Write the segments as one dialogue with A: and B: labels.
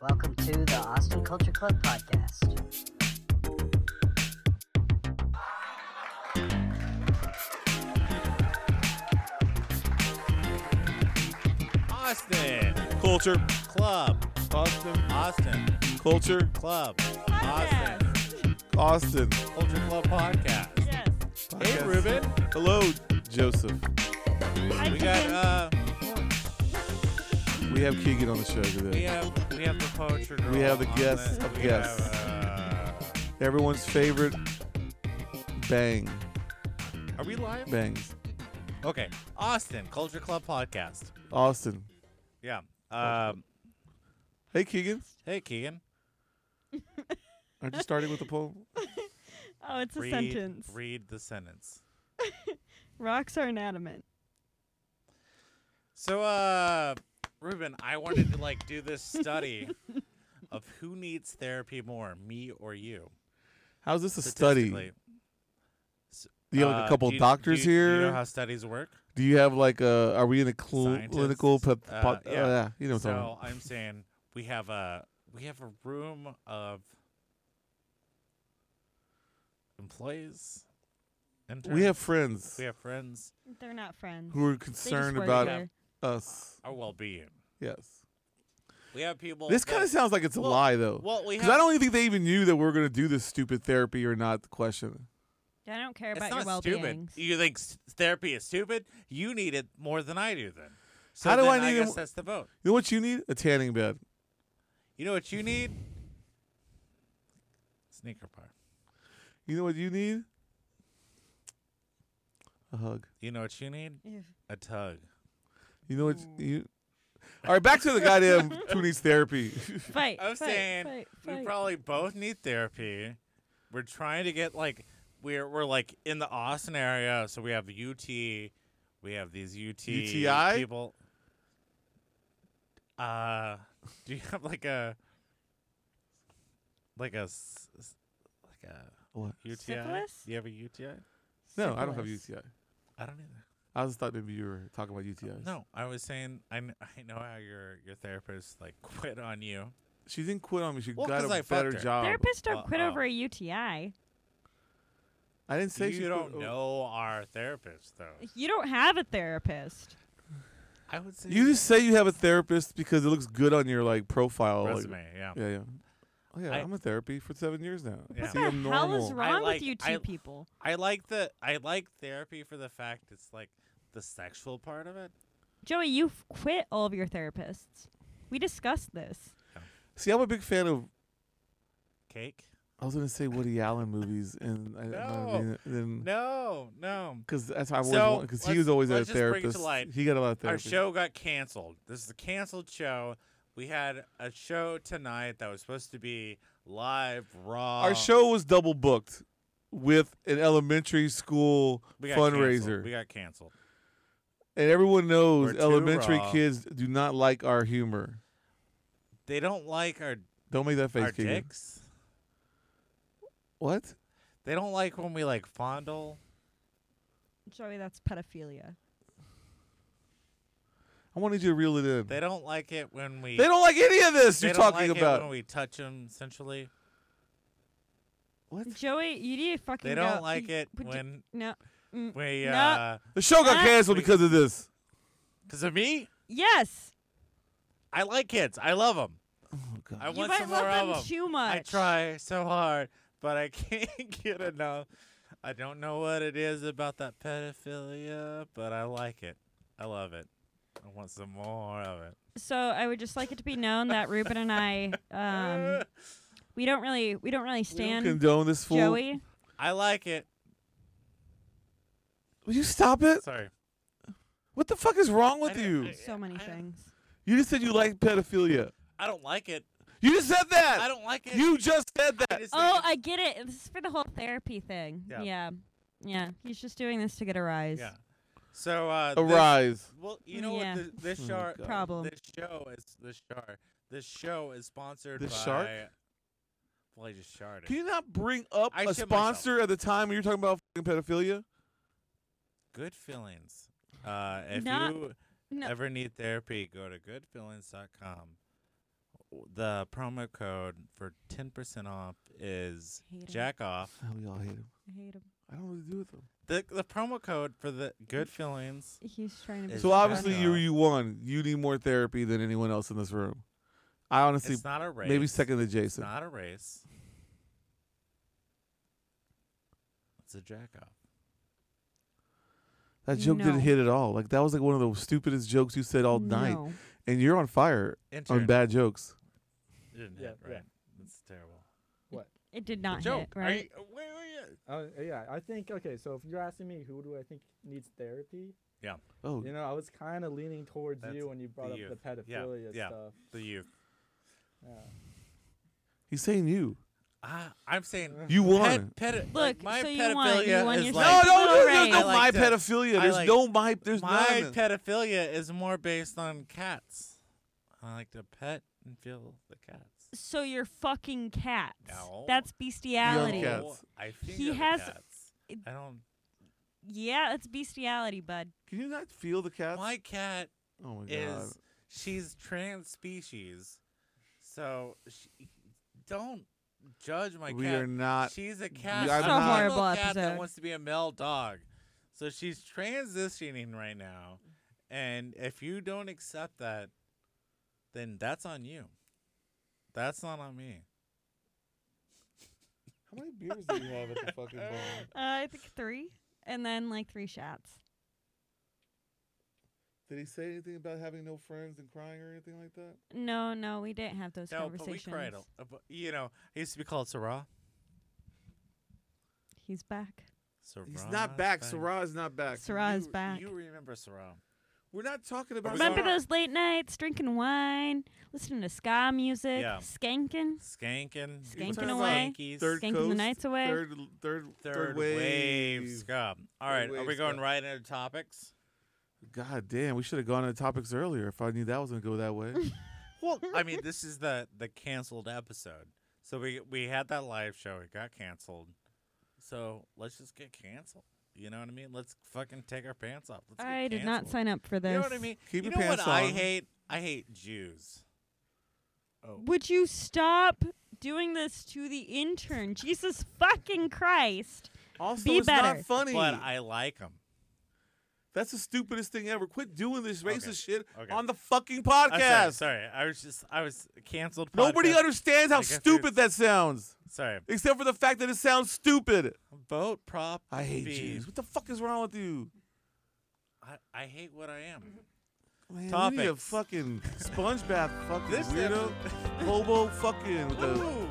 A: Welcome to the Austin Culture Club podcast.
B: Austin Culture Club. Austin. Austin Culture Club. Austin
C: Austin.
B: Culture Club podcast.
D: Yes.
B: Hey,
C: Podcast.
B: Ruben.
C: Hello, Joseph.
D: I
B: We got uh,
C: We have Keegan on the show
B: we
C: today.
B: have we have the poetry girl.
C: We have the
B: on
C: guests
B: the-
C: of
B: we
C: guests.
B: have,
C: Everyone's favorite bang
B: uh, are we live?
C: bangs.
B: Okay, Austin Culture Club podcast.
C: Austin.
B: Yeah. Um,
C: Hey, Keegan.
B: hey, Keegan.
C: Aren't you starting with the poll?
D: Oh, it's a
B: read,
D: sentence.
B: Read the sentence.
D: Rocks are inanimate.
B: So, uh, Ruben, I wanted to like do this study of who needs therapy more, me or you.
C: How's this a study?
B: statistically.
C: Do you have like
B: Uh,
C: a couple
B: do you-
C: doctors
B: do you-
C: here?
B: Do you know how studies work?
C: Do you have like a? Are we in a cl- clinical?
B: Scientists,
C: pep- po-
B: uh, yeah.
C: oh, yeah, you know what I'm talking
B: so
C: about.
B: I'm saying we have a we have a room of employees.
C: We
B: interns,
C: have friends
B: we have friends.
D: They're not friends.
C: who are
D: They just
C: concerned
D: work
C: about
D: here.
C: us.
B: Our well-being.
C: Yes.
B: We have people.
C: This kind of sounds like it's a
B: well,
C: lie, though.
B: well. We
C: Because
B: have.
C: I don't even think they even knew that we were going to do this stupid therapy or not the question.
D: I don't care
B: it's
D: about
B: not
D: your well-being.
B: stupid. You think s- therapy is stupid? You need it more than I do. Then. So
C: How do
B: then
C: I need it
B: guess
C: mo-
B: that's the vote.
C: You know what you need? A tanning bed.
B: You know what you need? Sneaker bar.
C: You know what you need? A hug.
B: You know what you need?
D: Ew.
B: A tug.
C: You know what you. All right, back to the goddamn who needs therapy.
D: Fight.
B: I'm
D: fight,
B: saying
D: fight,
B: we
D: fight.
B: probably both need therapy. We're trying to get like we're we're like in the Austin area, so we have UT, we have these UT
C: UTI?
B: people. Uh, do you have like a like a s- s- like a
C: what?
B: UTI?
D: Syphilis?
B: Do you have a UTI?
C: No, I don't have
D: Syphilis.
C: UTI.
B: I don't either.
C: I just thought maybe you were talking about UTIs.
B: No, I was saying I, kn- I know how your your therapist like quit on you.
C: She didn't quit on me. She
B: Well,
C: got
B: 'cause
C: a
B: I fucked
C: better
B: her.
C: job.
D: Therapists don't
B: Uh,
D: quit
B: uh.
D: over a UTI.
C: I didn't say she
B: you don't
C: quit. oh.
B: know our therapist though.
D: You don't have a therapist.
B: I would say
C: You just say you have a therapist because it looks good on your like profile. Oh, like-
B: resume. yeah.
C: yeah, yeah. Oh yeah, I,
B: I-
C: am in therapy for seven years now.
B: Yeah.
C: See,
D: what
C: I'm
D: the hell
C: normal.
D: is wrong
B: like-
D: with you two
B: I-
D: people?
B: I like the I like therapy for the fact it's like the sexual part of it.
D: Joey, you've quit all of your therapists. We discussed this.
C: See, I'm a big fan of.
B: Cake?
C: I was gonna say Woody Allen movies, and I,
B: No.
C: I then
B: No, no.
C: Because that's how I always
B: So,
C: wanted. Because he
B: let's-
C: was always at a
B: let's just bring it to
C: therapist.
B: light.
C: He got a lot of
B: Our
C: therapy.
B: show got canceled. This is a canceled show. We had a show tonight that was supposed to be live, raw.
C: Our show was double booked with an elementary school
B: we got
C: fundraiser,
B: canceled. We got canceled.
C: and everyone
B: We're
C: knows
B: too
C: elementary
B: raw.
C: kids do not like our humor.
B: They don't like our
C: Don't make that face,
B: our
C: Keegan.
B: dicks.
C: What?
B: They don't like when we like fondle.
D: Joey, that's pedophilia.
C: I wanted you to reel it in.
B: They don't like it when we
C: They don't like any of this
B: they
C: you're
B: don't
C: talking
B: like it
C: about.
B: when we touch them essentially.
C: what?
D: Joey, you need to fucking
B: They
D: go.
B: don't like
D: You-
B: it
D: would you-
B: when
D: no. Mm.
B: we
D: No.
B: uh
C: The show got
D: What?
C: canceled
B: Wait.
C: because of this.
B: cuz of me.
D: Yes.
B: I like kids. I love them.
C: Oh God.
B: I
D: You
B: want
D: might
B: some more of
D: love them
B: 'em.
D: too much.
B: I try so hard, but I can't get enough. I don't know what it is about that pedophilia, but I like it. I love it. I want some more of it.
D: So I would just like it to be known that Ruben and I, um, we don't really, we don't really
C: We don't
D: stand
C: condone this fool.
D: Joey.
B: I like it.
C: Will you stop it?
B: Sorry.
C: What the fuck is wrong with
B: I
C: you?
B: didn't-
D: So many
B: I-
D: things.
C: You just said you like pedophilia.
B: I don't like it.
C: You just said that.
B: I don't like it.
C: You just said that.
B: I just think
D: Oh,
B: it's-
D: I get it. This is for the whole therapy thing.
B: Yeah.
D: Yeah. yeah. He's just doing this to get a rise.
B: yeah. So uh this-
C: Arise.
B: well, you know
D: Yeah.
B: what this,
C: Oh,
B: this show
C: God.
D: Problem.
B: this show is this show this show is sponsored
C: The
B: by
C: shark?
B: Well, I just sharted.
C: Can you not bring up
B: I
C: a
B: shit myself.
C: sponsor at the time when you're talking about fucking pedophilia?
B: Good feelings. Uh, if
D: Not-
B: you
D: No.
B: ever need therapy, go to goodfeelings.com. The promo code for 10% off is
D: Hate 'em.
B: jack off.
C: Oh, we all hate him.
D: I hate him.
C: I don't know what to do with him.
B: The, the promo code for the good feelings.
D: He's trying to.
B: It's
D: Be
C: So obviously
B: kinda-
C: you you won. You need more therapy than anyone else in this room. I honestly
B: It's not a race.
C: maybe second to
B: It's
C: Jason.
B: not a race. It's a jack off.
C: That joke
D: No.
C: didn't hit at all. Like that was like one of the stupidest jokes you said all night.
D: No.
C: And you're on fire on
B: Intern.
C: bad jokes.
B: It didn't
E: Yeah,
B: hit,
E: yeah.
B: right? That's terrible.
D: It did not hit.
B: Joke. Are
D: Right.
B: you- where were you?
E: Uh, yeah, I think okay. So if you're asking me who do I think needs therapy,
B: Yeah.
C: Oh,
E: you know, I was kind of leaning towards
B: That's
E: you when you brought
B: the
E: up the
B: youth. Yeah,
E: pedophilia
B: yeah.
E: stuff.
B: The youth.
E: Yeah.
C: he's saying you.
B: Ah, I'm saying
C: You won.
B: ped, ped,
D: Look,
B: like, my
D: so you won.
B: pedophilia
D: You won
B: is
D: your
B: like
D: second
C: no, no,
D: Little
C: there's, there's
D: Ray.
C: no
D: I
C: my
B: like that.
C: pedophilia.
B: I
C: There's
B: like-
C: no my. There's
B: my
C: none.
B: pedophilia is more based on cats. I like to pet and feel the cats.
D: So you're fucking cats.
B: No.
D: That's bestiality.
C: Young cat. cats.
B: I think
D: He
B: the
D: has-
B: Cats. I don't.
D: Yeah, that's bestiality, bud.
C: Can you not feel the cats?
B: My cat
C: oh my god.
B: is she's trans species, so she, don't judge my
C: we
B: cat.
C: are not.
B: She's a cat.
C: I'm
B: I'm
C: So not-
B: a
D: horrible
B: little cat
D: episode.
B: that wants to be a male dog. So she's transitioning right now, and if you don't accept that, then that's on you. That's not on me.
C: How many beers do you have at the fucking bar?
D: Uh, I think three, and then like three shots.
C: Did he say anything about having no friends and crying or anything like that?
D: No, no, we didn't have those
B: No, but we
D: conversations.
B: cried. a- uh, but, You know, it used to be called Sarah.
D: He's back.
B: Sarah
C: He's not back.
B: thank-
C: Sarah is not back.
D: Sarah is
B: You-
D: back.
B: You remember Sarah?
C: We're not talking about.
D: Remember
C: Sarah.
D: those late nights drinking wine, listening to ska music,
B: Yeah.
D: skanking,
B: Skanking.
D: Skanking
B: Skankies,
D: away.
B: Skankies.
C: Third
D: skanking the
C: Coast,
D: nights away?
C: Third, third,
B: Third wave. scum. All
C: Third
B: right, are
C: wave
B: we going
C: scum.
B: right into topics?
C: God damn, we should have gone to topics earlier if I knew that was gonna go that way.
B: Well, I mean, this is the the canceled episode. So we we had that live show. It got canceled. So let's just get canceled. You know what I mean? Let's fucking take our pants off. Let's get
D: I did not
B: canceled.
D: sign up for this.
B: You know what I mean?
C: Keep
B: you
C: your
B: know
C: pants
B: what I
C: on.
B: hate? I hate Jews.
D: Would you stop doing this to the intern? Jesus fucking Christ.
C: also,
D: Be
C: it's
D: better.
C: not funny.
B: But I like them.
C: That's the stupidest thing ever. Quit doing this racist
B: Okay.
C: shit
B: Okay.
C: on the fucking
B: Sorry,
C: podcast.
B: sorry, I was just I was canceled.
C: Nobody
B: podcast.
C: understands how
B: I guess
C: stupid
B: it's-
C: that sounds,
B: Sorry.
C: except for the fact that it sounds stupid.
B: Vote prop.
C: I hate
B: B.
C: Jews. What the fuck is wrong with you?
B: I, I hate what I am.
C: Man, you need a
B: Topics.
C: fucking sponge bath, fucking
B: This
C: weirdo, hobo, fucking with the
B: Ooh.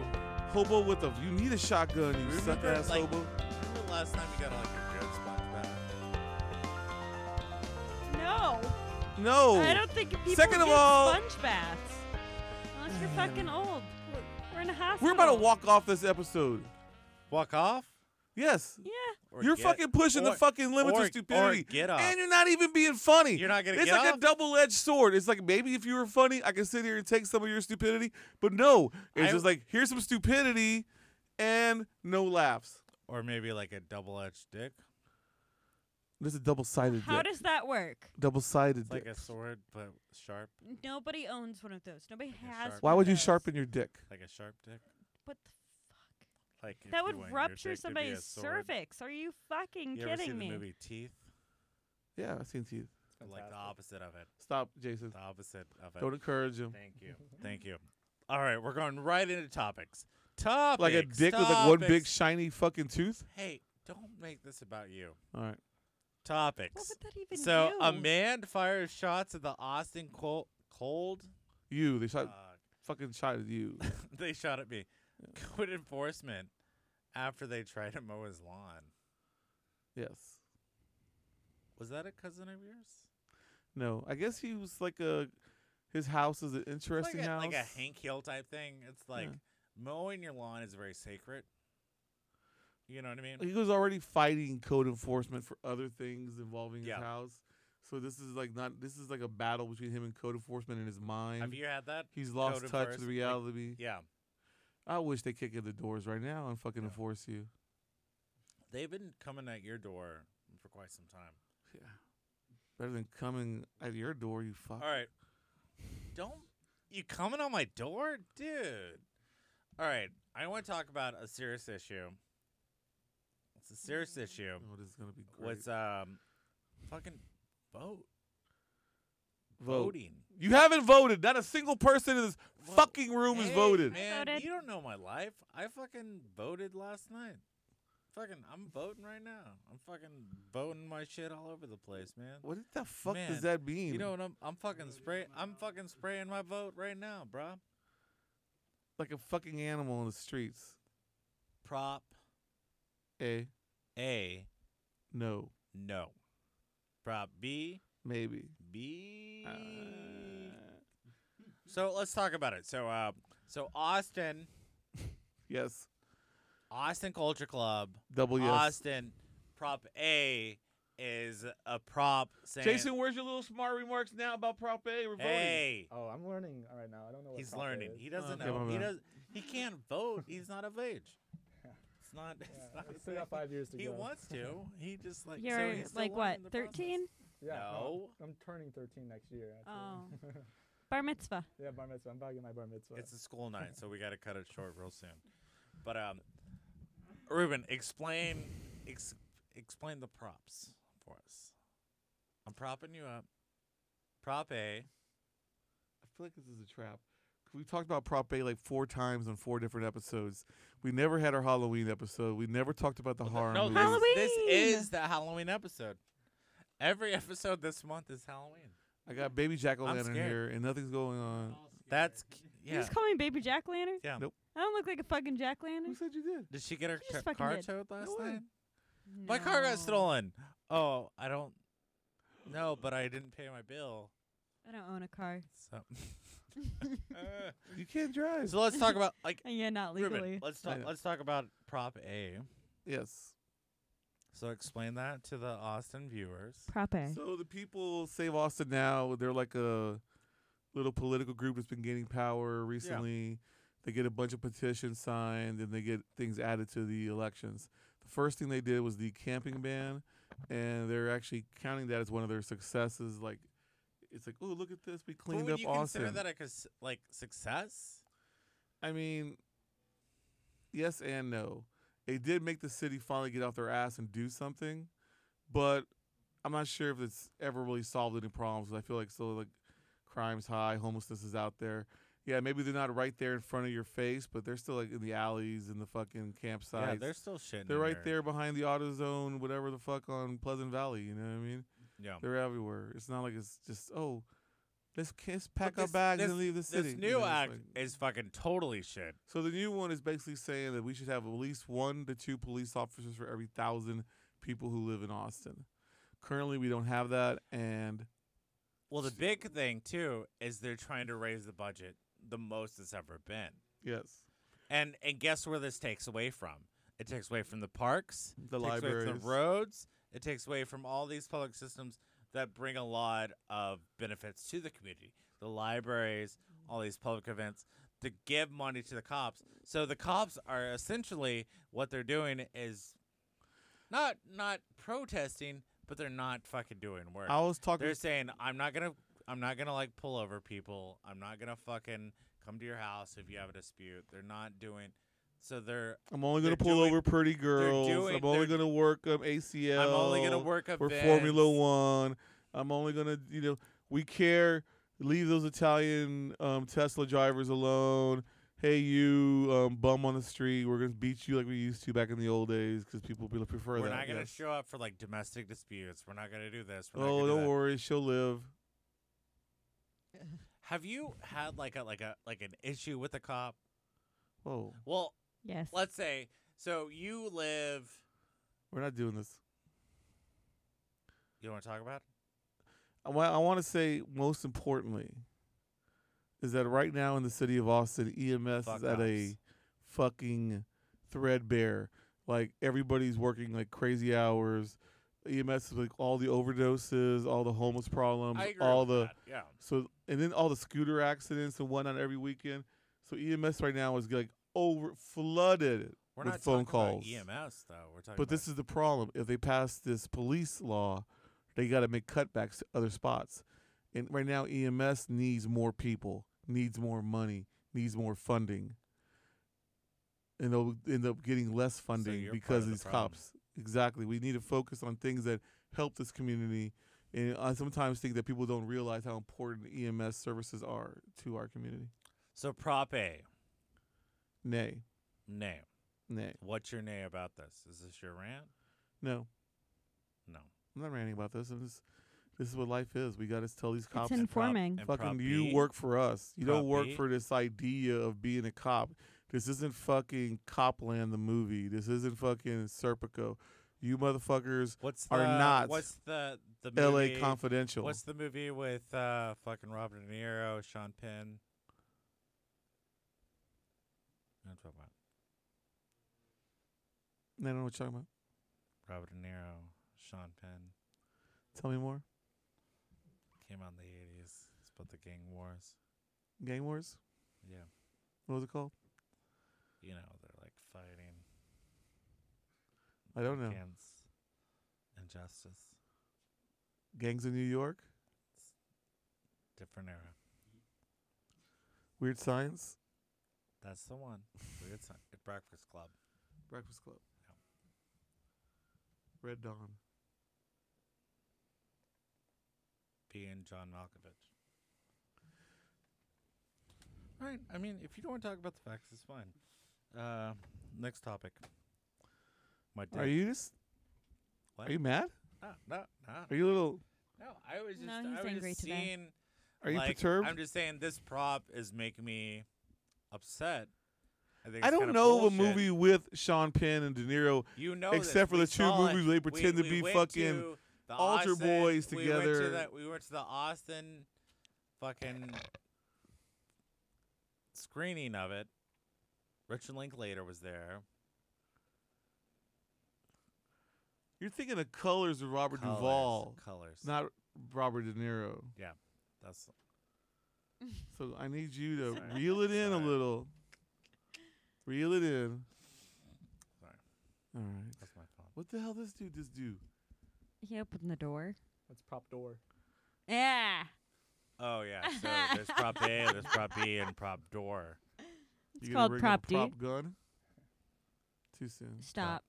C: hobo with the. You need a shotgun, you
B: Remember,
C: suck ass
B: like-
C: hobo.
B: Remember the last time you got like a good spot back?
D: No.
B: Oh.
C: No,
D: I don't think people
C: Second of
D: get
C: all-
D: sponge baths. Unless you're fucking old. We're in a hospital.
C: we're about to walk off this episode.
B: Walk off?
C: Yes.
D: Yeah.
B: Or
C: You're
B: get-
C: fucking pushing the
B: or-
C: fucking limits
B: or-
C: of stupidity.
B: Or get off.
C: And you're not even being funny.
B: You're not gonna
C: It's
B: get
C: like a
B: off?
C: double-edged sword. It's like maybe if you were funny, I could sit here and take some of your stupidity. But no, it's
B: I-
C: just like here's some stupidity and no laughs.
B: or maybe like a double-edged dick,
C: There's a double-sided
D: How
C: dick.
D: does that work?
C: double-sided
B: It's like
C: dick.
B: a sword but sharp,
D: Nobody owns one of those. Nobody
B: a
D: has.
B: sharp-
C: Why
D: one
C: would
D: of
C: you
D: those.
C: sharpen your dick?
B: like a sharp dick.
D: What the fuck?
B: Like if
D: that
B: you
D: would
B: want your dick to be
D: rupture
B: a
D: somebody's
B: sword.
D: cervix. Are you fucking
B: You ever
D: kidding
B: seen
D: me?
B: the movie Teeth?
C: Yeah, I've seen teeth.
B: Like the
E: Fantastic.
B: opposite of it.
C: Stop, Jason.
B: The opposite of it.
C: Don't encourage him.
B: Thank you. Thank you. All right, we're going right into topics. Topics.
C: Like a dick with like one big
B: topics.
C: shiny fucking tooth.
B: hey, don't make this about you.
C: All right.
B: Topics.
D: What would that even
B: so
D: do?
B: a man fires shots at the Austin Cold. Cold.
C: You, they shot
B: Uh,
C: fucking shot at you.
B: they shot at me. Code enforcement after they tried to mow his lawn.
C: yes.
B: Was that a cousin of yours?
C: No, I guess he was like a. His house is an interesting
B: like a,
C: house.
B: Like a Hank Hill type thing. It's like mowing your lawn is very sacred. You know what I mean?
C: He was already fighting code enforcement for other things involving his
B: Yeah.
C: house. So this is like not. This is like a battle between him and code enforcement in his mind.
B: Have you had that?
C: He's lost
B: code
C: touch
B: enforce-
C: with
B: like-
C: reality.
B: Yeah.
C: I wish they kick in the doors right now and fucking enforce you.
B: They've been coming at your door for quite some time.
C: Yeah. Better than coming at your door, you fuck.
B: All right. Don't you coming on my door, dude? All right. I want to talk about a serious issue. It's a serious issue.
C: Oh, this is gonna be great.
B: Was um, fucking vote
C: Vote.
B: voting.
C: You haven't voted. Not a single person in this
B: Vote.
C: fucking room has
B: Hey,
C: voted.
B: Man,
D: Voted.
B: you don't know my life. I fucking voted last night. Fucking, I'm voting right now. I'm fucking voting my shit all over the place, man.
C: What the fuck
B: Man,
C: does that mean?
B: You know what I'm? I'm fucking spray. I'm fucking spraying my vote right now, bruh.
C: like a fucking animal in the streets.
B: Prop
C: A
B: A,
C: no,
B: no. Prop B,
C: maybe.
B: B.
C: Uh,
B: so let's talk about it. So, uh, so Austin,
C: yes,
B: Austin Culture Club,
C: double yes.
B: Austin, prop A is a prop saying,
C: Jason, where's your little smart remarks now about Prop A? We're voting.
B: hey,
E: Oh, I'm learning right now. I don't know what
B: he's
E: Prop A
B: learning.
E: is.
B: He doesn't
C: Okay,
B: know.
C: my
B: He
C: bad.
B: does. He can't vote. He's not of age. It's not. It's
E: Yeah,
B: not a
E: we still got
B: thing.
E: five years to
B: He
E: go.
B: wants to. He just like so
D: You're
B: he's still
D: like
B: learning
D: what,
B: the process.
D: 13?
E: Yeah,
B: No.
E: I'm, I'm turning 13 next year. Actually. Oh.
D: Bar mitzvah.
E: yeah, bar mitzvah. I'm about to get my bar mitzvah.
B: It's a school night, so we got to cut it short real soon. But um, Ruben, explain ex- explain the props for us. I'm propping you up. Prop A.
C: I feel like this is a trap. We talked about Prop A like four times on four different episodes. We never had our Halloween episode. We never talked about the horror
B: no,
C: movies.
D: Halloween!
B: This, this is the Halloween episode. Every episode this month is Halloween.
C: I got baby jack o'
B: I'm
C: lantern
B: scared. Oh.
C: here, and nothing's going on.
B: That's c-
D: You
B: yeah.
D: just call me baby jack lantern?
B: Yeah.
C: Nope.
D: I don't look like a fucking jack
C: Who
D: lantern.
C: said you did?
B: Did she get her
D: just
B: ca-
D: fucking
B: car
D: did.
B: towed last
C: No way.
B: night? My car got stolen. Oh, I don't. No, but I didn't pay my bill.
D: I don't own a car.
B: So,
C: You can't drive.
B: so let's talk about like
D: And Uh, yeah, not legally.
B: Ruben, let's
C: I
B: talk.
C: know.
B: Let's talk about Prop A.
C: yes.
B: So explain that to the Austin viewers.
D: Prop A.
C: So the people save Austin now. They're like a little political group that's been gaining power recently. They get a bunch of petitions signed, and they get things added to the elections. The first thing they did was the camping ban, and they're actually counting that as one of their successes. Like, it's like, oh, look at this, we
B: But
C: cleaned
B: would
C: up
B: you consider
C: Austin.
B: that a cons- like success?
C: I mean, yes and no. It did make the city finally get off their ass and do something, but I'm not sure if it's ever really solved any problems. I feel like still like crimes high, homelessness is out there. Yeah, maybe they're not right there in front of your face, but they're still like in the alleys and the fucking campsites.
B: Yeah, they're still shitting.
C: They're
B: in
C: right there behind the auto zone, whatever the fuck on Pleasant Valley. You know what I mean?
B: Yeah.
C: They're everywhere. It's not like it's just oh, let's, let's pack
B: But
C: our
B: this-
C: bags
B: this-
C: and leave the city.
B: This
C: You
B: new
C: know, it's
B: act
C: like-
B: is fucking totally shit.
C: so the new one is basically saying that we should have at least one to two police officers for every thousand people who live in Austin. Currently, we don't have that, and
B: Well, the big thing too is they're trying to raise the budget the most it's ever been.
C: yes,
B: And and guess where this takes away from? It takes away from the parks,
C: The
B: it takes away from
C: libraries.
B: the roads, it takes away from all these public systems that bring a lot of benefits to the community. The libraries, all these public events to give money to the cops. So the cops are essentially what they're doing is not not protesting, but they're not fucking doing work.
C: I was talking.
B: They're saying I'm not gonna I'm not gonna like pull over people. I'm not gonna fucking come to your house if you have a dispute. They're not doing so they're
C: I'm only going to
B: they're
C: pull
B: doing-
C: over pretty girls.
B: doing-
C: I'm only
B: they're-
C: going to work um, ACL.
B: I'm only gonna work up
C: for Formula One. I'm only gonna, you know, we care. Leave those Italian um, Tesla drivers alone. Hey, you um, bum on the street. We're gonna beat you like we used to back in the old days because people be- prefer
B: We're
C: that.
B: not gonna
C: yes.
B: show up for like domestic disputes. We're not gonna do this. We're not
C: Oh,
B: gonna do
C: don't
B: that.
C: worry, she'll live.
B: Have you had like a like a like an issue with a cop?
C: Whoa,
B: Well,
D: yes.
B: let's say so you live.
C: we're not doing this.
B: You want to talk about? it?
C: I want to say most importantly is that right now in the city of Austin, EMS
B: Fuck
C: is at
B: ups.
C: a fucking threadbare. Like everybody's working like crazy hours. EMS is like all the overdoses, all the homeless problems,
B: I agree
C: Um, all
B: with
C: the
B: that, yeah.
C: so and then all the scooter accidents and whatnot every weekend. So EMS E right now is like over flooded it
B: We're
C: with
B: not talking
C: phone calls.
B: About EMS though. We're talking.
C: But this
B: about-
C: is the problem. If they pass this police law, they got to make cutbacks to other spots. And right now, EMS needs more people, needs more money, needs more funding. And they'll end up getting less funding
B: you're part of
C: because of
B: the
C: these
B: problem.
C: cops. Exactly. We need to focus on things that help this community. And I sometimes think that people don't realize how important EMS services are to our community.
B: so Prop A
C: Nay,
B: nay.
C: nay,
B: What's your nay about this? Is this your rant?
C: no.
B: No.
C: I'm not ranting about this. I'm just, this is what life is. We got to tell these cops
D: It's informing.
B: And Prop
C: fucking you
B: B?
C: work for us. You don't
B: Prop
C: work
B: B?
C: for this idea of being a cop. This isn't fucking Copland the movie. This isn't fucking Serpico. You motherfuckers
B: What's the,
C: are not
B: What's the the
C: LA
B: movie-
C: confidential.
B: What's the movie with uh fucking Robert De Niro, Sean Penn? I don't know about
C: I don't know what you're talking about.
B: Robert De Niro, Sean Penn
C: Tell me more.
B: came out in the eighties. It's about the gang wars.
C: Gang Wars?
B: Yeah,
C: What was it called?
B: you know they're like fighting.
C: I don't know.
B: Against injustice,
C: Gangs of New York?
B: different era.
C: Weird Science?
B: That's the one. Weird sign. Breakfast Club.
C: Breakfast Club.
B: Yeah.
C: Red Dawn.
B: being John Malkovich. All right. I mean, if you don't want to talk about the facts, it's fine. Uh, next topic. My dick.
C: Are you just
B: What?
C: are you mad?
B: No, no, no.
C: Are you a little
B: no, I was just.
D: No,
B: I
D: he's
B: was
D: angry
B: just
D: today.
B: seeing,
C: are you
B: like,
C: perturbed?
B: I'm just saying this prop is making me upset. I, think
C: I
B: it's
C: don't
B: kinda
C: know a
B: bullshit.
C: movie with Sean Penn and De Niro
B: You know, this.
C: except for
B: We
C: the two
B: saw it.
C: movies they pretend
B: we,
C: to
B: we
C: be
B: went
C: fucking
B: to the
C: altar
B: Austin,
C: boys
B: We went, to
C: together.
B: that, we went to the Austin fucking screening of it. Richard Linklater was there.
C: You're thinking of Colors with Robert
B: Colors,
C: Duvall,
B: Colors.
C: not Robert De Niro.
B: That's
C: So I need you to
B: Sorry.
C: reel it in a
B: Sorry.
C: little. Reel it in.
B: Sorry.
C: All right.
B: that's my fault.
C: What the hell this dude just do?
D: He opened the door.
E: That's prop door.
D: Yeah.
B: Oh yeah. So there's prop A, there's prop B, and prop door.
D: It's
C: you gonna
D: called
C: bring up
D: prop,
C: a
D: dude.
C: prop gun. Too soon.
D: Stop.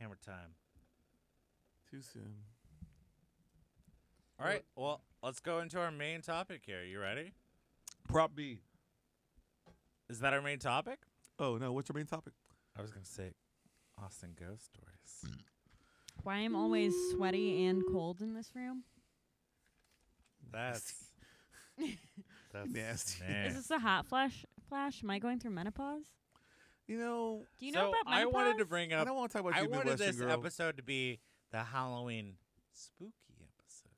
B: Hammer time.
C: Too soon.
B: All right. Well, let's go into our main topic here. You ready?
C: Prop B.
B: Is that our main topic?
C: Oh no! What's your main topic?
B: I was gonna say Austin ghost stories.
C: Mm.
D: Why I'm always sweaty and cold in this room?
B: That's that's
C: Nasty.
B: nah.
D: Is this a hot flash? Flash? Am I going through menopause?
C: You know,
D: Do you
B: so
D: know about
B: I
D: menopause?
B: wanted to bring
C: I
B: up.
C: don't want to talk about
B: I
C: you,
B: wanted
C: Midwestern
B: this
C: girl.
B: episode to be the Halloween spooky episode.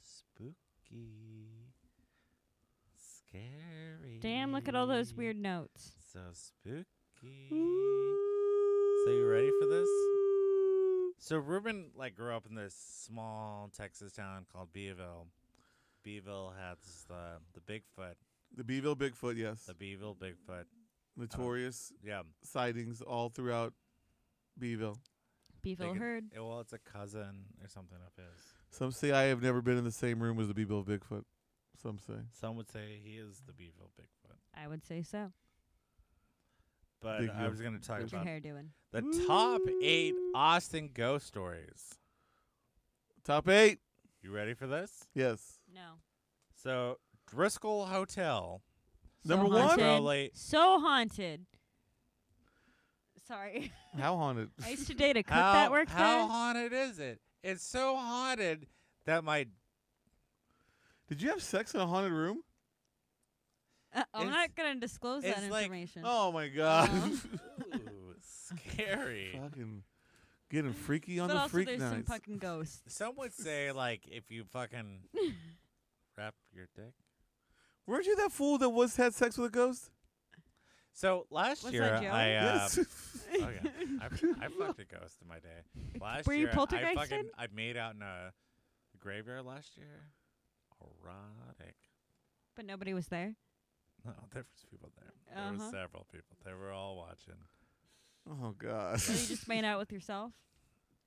B: Spooky, scary.
D: Damn! Look at all those weird notes.
B: So spooky. So you ready for this? So Ruben like grew up in this small Texas town called Beeville. Beeville has the the Bigfoot,
C: The Beeville Bigfoot, yes.
B: the uh-huh. Beeville Bigfoot.
C: Notorious
B: Yeah,
C: sightings all throughout Beeville.
D: Beeville
B: could-
D: herd.
B: Yeah, well, it's a cousin or something of his.
C: Some say I have never been in the same room as the Beeville Bigfoot. Some say.
B: Some would say he is the Beeville Bigfoot.
D: I would say so.
B: But
C: Big
B: I
C: Yo.
B: was going to talk
D: What's your
B: about
D: hair doing?
B: the top eight Austin ghost stories.
C: Top eight.
B: You ready for this?
C: Yes.
D: No.
B: So Driscoll Hotel,
C: Number
D: so
C: one?
D: Haunted.
B: Crowley.
D: So haunted. Sorry,
C: How haunted?
D: I used to date a cook
B: how,
D: that worked
B: how
D: there.
B: haunted is it? It's so haunted that my
C: Did you have sex in a haunted room?
D: Uh, I'm
B: It's-
D: not gonna disclose that
B: it's like-
D: information.
C: Oh my god.
B: ooh, scary.
C: Fucking getting freaky on
D: but
C: the
D: also,
C: freak
D: there's some
C: nights.
D: fucking ghosts.
B: Some would say like if you fucking wrap your dick.
C: Weren't you that fool that was had sex with a ghost?
B: So last
D: Was that
B: year
D: Joey?
B: I uh,
C: yes.
B: Oh yeah, I, I fucked a ghost in my day. Last
D: were you
B: year, I
D: poltergeisted?
B: fucking I made out in a graveyard last year. Erotic.
D: But nobody was there.
B: No, there was people there. There was
D: Uh-huh.
B: several people. They were all watching.
C: Oh god.
D: So you just made out with yourself.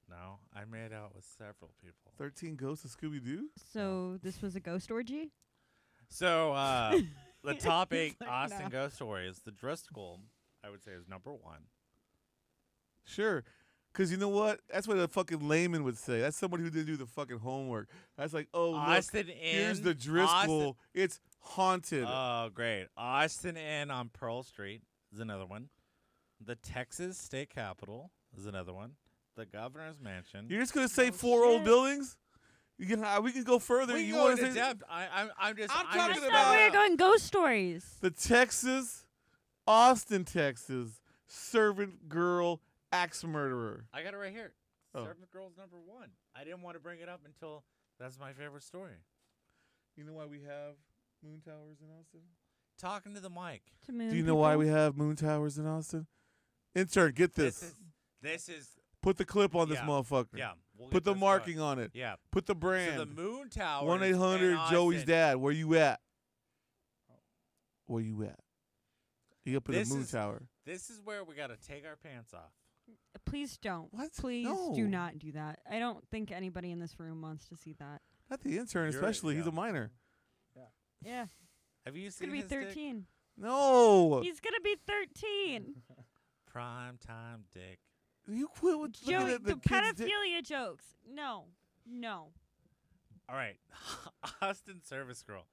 B: No, I made out with several people.
C: Thirteen Ghosts of Scooby Doo.
D: So this was a ghost orgy.
B: So uh, the top eight
D: like,
B: Austin
D: no.
B: ghost stories, the Driscoll, I would say, is number one.
C: Sure. Cause you know what? That's what a fucking layman would say. That's somebody who didn't do the fucking homework. That's like, oh, look,
B: Austin Inn.
C: here's the Driscoll. It's haunted.
B: Austin, oh, great. Austin Inn on Pearl Street is another one. The Texas State Capitol is another one. The Governor's Mansion.
C: You're just gonna say
D: Oh,
C: four old
D: shit.
C: buildings? You can, uh, we can go further.
B: we
C: you
B: go
C: want
B: into
C: to say
B: depth. I, I'm, I'm just.
C: I'm
D: I
C: talking
B: just-
D: thought
B: uh,
C: about-
D: we were going ghost stories.
C: the Texas, Austin, Texas servant girl axe murderer.
B: I got it right here.
C: Oh.
B: Servant Girls number one. I didn't want to bring it up until that's my favorite story.
C: You know why we have moon towers in Austin?
B: Talking to the mic.
D: To moon
C: Do you know why
D: people.
C: we have moon towers in Austin? Intern, get this.
B: is. This is.
C: Put the clip on this
B: Yeah.
C: motherfucker.
B: Yeah. we'll get
C: Put the
B: this going.
C: marking on it.
B: Yeah.
C: Put the
B: So the
C: brand.
B: Moon Tower.
C: One eight hundred Joey's dad. Where you at? Where you at? You up in
B: This
C: the moon
B: is-
C: tower?
B: This is where we got to take our pants off.
D: Please don't.
C: What?
D: Please
C: No.
D: do not do that. I don't think anybody in this room wants to see that.
C: Not the intern,
B: You're-
C: especially. He's
B: yeah.
C: a minor.
D: Yeah,
B: Have you
D: it's
B: seen
D: gonna be
B: his dick?
D: thirteen.
C: No,
D: He's gonna be thirteen.
B: Prime time dick.
C: you quit with looking
D: Joey,
C: at the,
D: the
C: kid's dick.
D: pedophilia jokes. No, no.
B: All right, Austin service girl.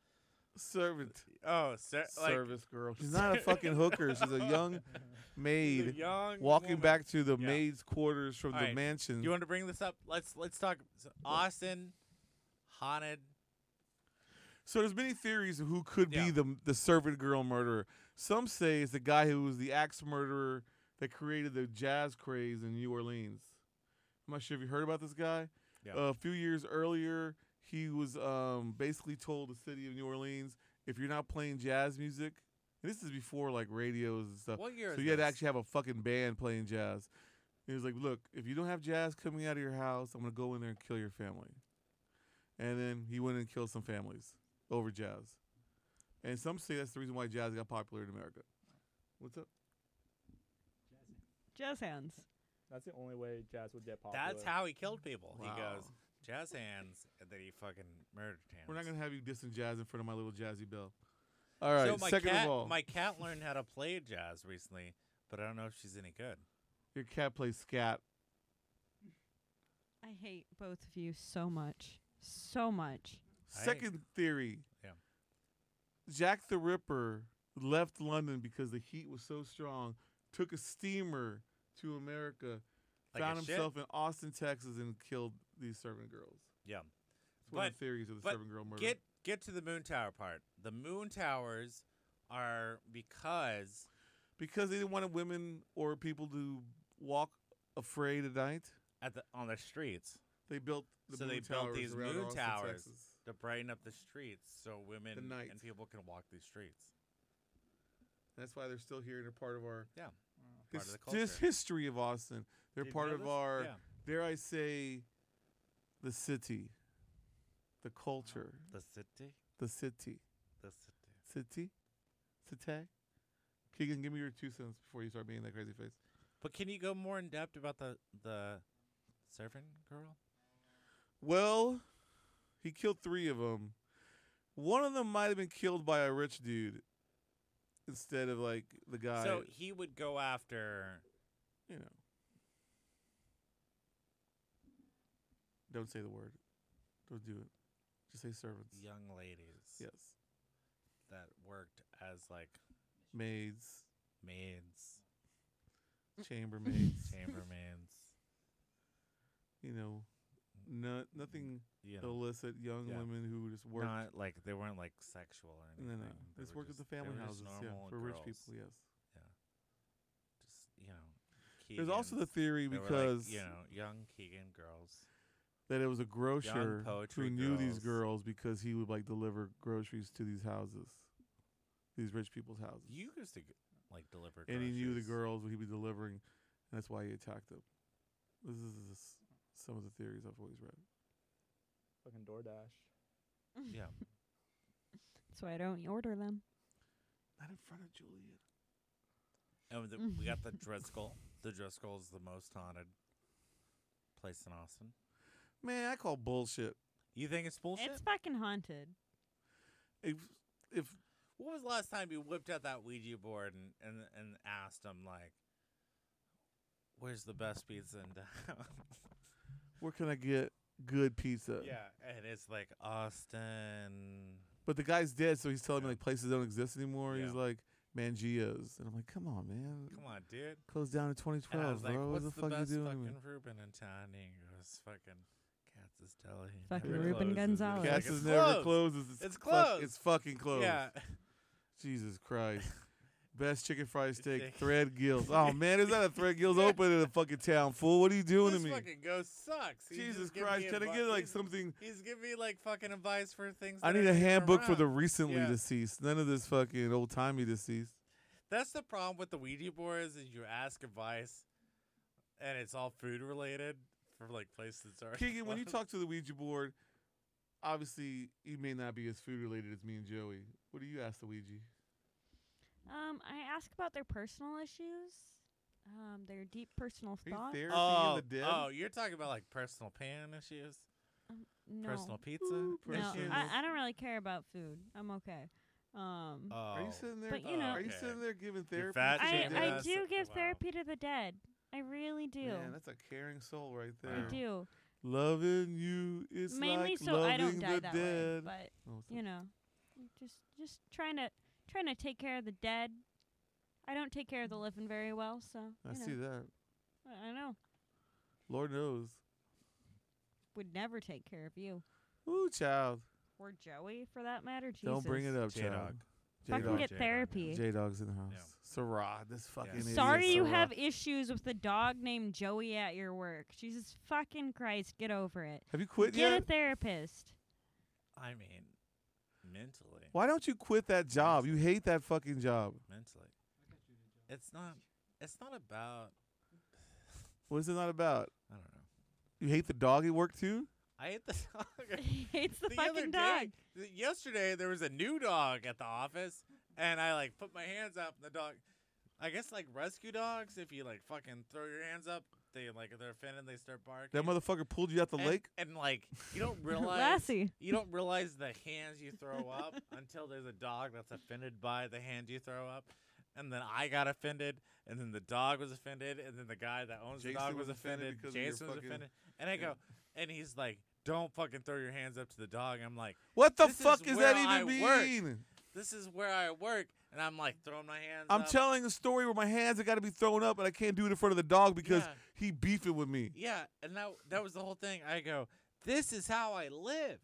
C: servant.
B: Oh, ser- like
C: service girl. She's not a fucking hooker. She's a young
B: the
C: maid
B: young
C: walking
B: woman.
C: back to the
B: Yeah.
C: maid's quarters from the
B: Alright,
C: mansion.
B: You want to bring this up? Let's let's talk. so Austin, haunted.
C: so there's many theories of who could
B: Yeah.
C: be the the servant girl murderer. Some say it's the guy who was the axe murderer that created the jazz craze in New Orleans. I'm not sure if you heard about this guy.
B: Yeah.
C: a few years earlier, he was um, basically told the city of New Orleans, if you're not playing jazz music, and this is before like radios and stuff.
B: What year?
C: So
B: is
C: you had to
B: this?
C: actually have a fucking band playing jazz. He was like, "Look, if you don't have jazz coming out of your house, I'm gonna go in there and kill your family." And then he went and killed some families over jazz. And some say that's the reason why jazz got popular in America. What's up?
D: Jazz hands.
E: That's the only way jazz would get popular.
B: That's how he killed people. He
C: Wow.
B: goes jazz hands, and then he fucking murdered hands.
C: We're not gonna have you dissing jazz in front of my little jazzy bell. All right.
B: so my
C: second
B: cat,
C: of all,
B: my cat learned how to play jazz recently, but I don't know if she's any good.
C: your cat plays scat.
D: I hate both of you so much, so much.
B: I-
C: Second theory.
B: Yeah.
C: Jack the Ripper left London because the heat was so strong, took a steamer to America,
B: Like a
C: found
B: shit.
C: himself in Austin, Texas, and killed these servant girls.
B: Yeah.
C: That's one of
B: But-
C: the theories of the
B: but
C: servant girl murder.
B: Get get to the moon tower part. The moon towers are because
C: because they didn't want women or people to walk afraid at night,
B: at the on the streets
C: they built the
B: So
C: moon
B: they built
C: towers
B: these
C: around
B: moon
C: Austin,
B: towers.
C: Texas.
B: to brighten up the streets so women
C: night.
B: and people can walk these streets.
C: That's why they're still here and they're part of our
B: Yeah. Part
C: his,
B: of the culture.
C: this history of Austin. They're
B: Did you
C: part
B: know
C: of
B: this?
C: our
B: Yeah.
C: dare I say, the city, the culture,
B: the city.
C: the city,
B: The city.
C: city, city. Keegan, give me your two cents before you start being that crazy face.
B: But can you go more in depth about the the servant girl?
C: Well, he killed three of them. One of them might have been killed by a rich dude instead of like the guy.
B: so he would go after
C: you know. Don't say the word. Don't do it. Just say servants.
B: young ladies
C: Yes.
B: that worked as like
C: Maids,
B: maids,
C: chambermaids.
B: chambermaids.
C: you know, no, nothing
B: You know,
C: illicit young
B: Yeah.
C: women who just worked.
B: Not like they weren't like sexual or
C: no,
B: anything.
C: no,
B: They
C: just
B: were
C: worked at the
B: just- they
C: family
B: were just
C: houses, yeah,
B: normal
C: for rich
B: girls.
C: people, yes.
B: Just you know.
C: There's also the
B: Keegans.
C: theory
B: They were, like,
C: because
B: you know young Keegan girls.
C: that it was a grocer who
B: poetry
C: knew these
B: girls.
C: girls because he would like deliver groceries to these houses, these rich people's houses,
B: You used to g- like deliver.
C: and he knew the
B: groceries.
C: girls would he be delivering, and that's why he attacked them. This is s- some of the theories I've always read.
E: fucking DoorDash.
B: Yeah.
D: That's why I don't order them.
C: Not in front of Julian.
B: And Oh, the, we got the Driscoll. The Driscoll is the most haunted place in Austin.
C: Man, I call bullshit.
B: You think it's bullshit?
D: It's fucking haunted.
C: If if
B: What was the last time you whipped out that Ouija board and, and, and asked them, like, where's the best pizza in town?
C: where can I get good pizza?
B: yeah, and it's like Austin.
C: But the guy's dead, so he's telling me like places don't exist anymore.
B: Yeah.
C: He's like Mangios, and I'm like, come on, man.
B: Come on, dude.
C: Closed down in
B: And
C: 2012,
B: I was like,
C: bro. What
B: what's
C: the,
B: the,
C: fuck you
B: best
C: doing? to me?"
B: fucking Reuben in town? And he goes, fucking Katz's Deli. It
D: Fucking
B: never
D: Reuben
B: closes. It's
D: Gonzalez.
B: like,
C: Cats
D: Cass's
B: "It's
C: is never
B: closed."
C: closes. It's,
B: It's
C: fuck- It's
B: closed.
C: fucking closed.
B: Yeah.
C: Jesus Christ. Best chicken fried steak,
B: Steak.
C: Thread Gills. Oh man, is that a Thread Gills open in the fucking town, fool? What are you doing
B: this
C: to me?
B: fucking ghost sucks. He's
C: Jesus
B: just giving
C: Christ,
B: me
C: can I
B: advi-
C: get like
B: he's-
C: something?
B: He's giving me like fucking advice for things.
C: I
B: that
C: need a
B: ain't
C: handbook for the
B: around.
C: recently
B: Yeah.
C: deceased. None of this fucking old timey deceased.
B: That's the problem with the Ouija boards is you ask advice, and it's all food related for like places. Are
C: Keegan, when you talk to the Ouija board, obviously you may not be as food related as me and Joey. What do you ask the Ouija?
D: Um, I ask about their personal issues, um, their deep personal
C: Are you
D: thoughts.
C: therapy
B: oh,
C: in the dead?
B: oh, you're talking about like personal pan issues,
D: Um, no.
B: personal pizza
D: no,
B: issues.
D: I, I don't really care about food. I'm okay. Um,
B: oh,
C: Are you sitting there?
D: But, you know-
C: are you
B: Okay.
C: sitting there giving
B: You're
C: therapy?
B: fat,
C: to
D: I,
C: the
B: Jane.
C: dead?
D: I
B: Yes.
D: do give
B: Wow.
D: therapy to the dead. I really do.
C: Man, that's a caring soul right
D: I
C: there.
D: do.
C: Loving you is
D: Mainly
C: like
D: so I don't
C: loving
D: die
C: the
D: that
C: dead.
D: way, but
C: Oh, it's
D: you know, just just trying to trying to take care of the dead. I don't take care of the living very well, so
C: like-
D: you
C: I see
D: know,
C: that.
D: I know
C: Lord knows.
D: would never take care of you
C: Ooh, child.
D: or Joey for that matter. Jesus.
C: Don't bring it up,
B: J-Dog.
C: child.
D: Fucking
C: J-Dog.
B: J-Dog,
D: get
B: yeah.
D: therapy.
C: J Dog's in the house.
B: Yeah.
C: Sarah, this fucking idiot.
D: Sorry you
C: Sarah.
D: have issues with the dog named Joey at your work. Jesus fucking Christ, get over it.
C: Have you quit
D: get
C: yet?
D: a therapist.
B: I mean, mentally,
C: Why don't you quit that job? You hate that fucking job.
B: mentally, it's not. It's not about.
C: What is it not about?
B: I don't know.
C: You hate the dog at work too?
B: I hate the dog.
D: he hates the, fucking
B: other
D: dog.
B: day, th- yesterday there was a new dog at the office, and I like put my hands up, and the dog. I guess like rescue dogs, if you like fucking throw your hands up, they like if they're fin and they start barking.
C: That motherfucker pulled you out the
B: and,
C: lake?
B: and like you don't realize
D: Lassie.
B: you don't realize the hands you throw up until there's a dog that's offended by the hand you throw up. And then I got offended, and then the dog was offended, and then the guy that owns
C: Jason
B: the dog
C: was
B: was
C: offended
B: offended.
C: because of your
B: Jason was
C: fucking-
B: offended. And I go, and he's like, don't fucking throw your hands up to the dog. I'm like,
C: What the
B: This is
C: fuck does
B: where
C: that even
B: I work.
C: mean?
B: this is where I work. And I'm like, throwing my hands
C: I'm
B: up.
C: telling a story where my hands have got to be thrown up and I can't do it in front of the dog because
B: Yeah.
C: he beefing with me.
B: Yeah. And that, that was the whole thing. I go, this is how I live.